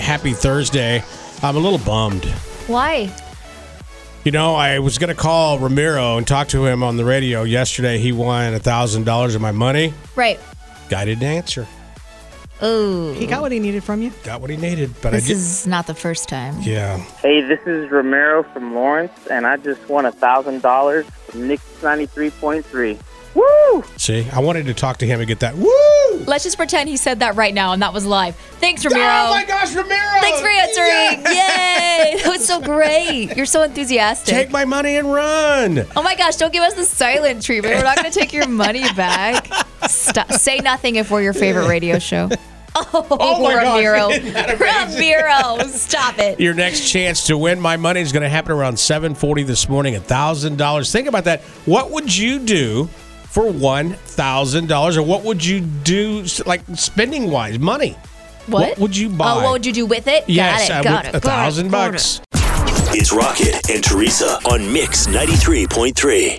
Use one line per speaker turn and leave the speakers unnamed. happy Thursday. I'm a little bummed.
Why?
You know, I was going to call Ramiro and talk to him on the radio yesterday. He won a $1,000 of my money.
Right.
Guy didn't answer.
Oh,
He got what he needed from you.
Got what he needed, but I
this
did.
is not the first time.
yeah.
Hey, this is Romero from Lawrence, and I just won a thousand dollars from Nick's ninety three point three. Woo!
See, I wanted to talk to him and get that. Woo!
Let's just pretend he said that right now and that was live. Thanks, Ramiro.
Oh my gosh, Ramiro!
Thanks for answering. Yay. That was so great. You're so enthusiastic.
Take my money and run.
oh my gosh, don't give us the silent treatment. We're not going to take your money back. Stop. Say nothing if we're your favorite radio show. Oh,
my gosh,
Ramiro.
isn't that
Ramiro, stop it.
Your next chance to win my money is going to happen around 7:40 this morning. $1,000. Think about that. What would you do for $1,000 or what would you do like spending wise money?
what?
would you buy?
Oh, what would you do with it?
yes,
got
uh,
it. Got
with
it.
a
got it,
thousand
got it.
bucks.
It's Rocket and Teresa on Mix 93.3.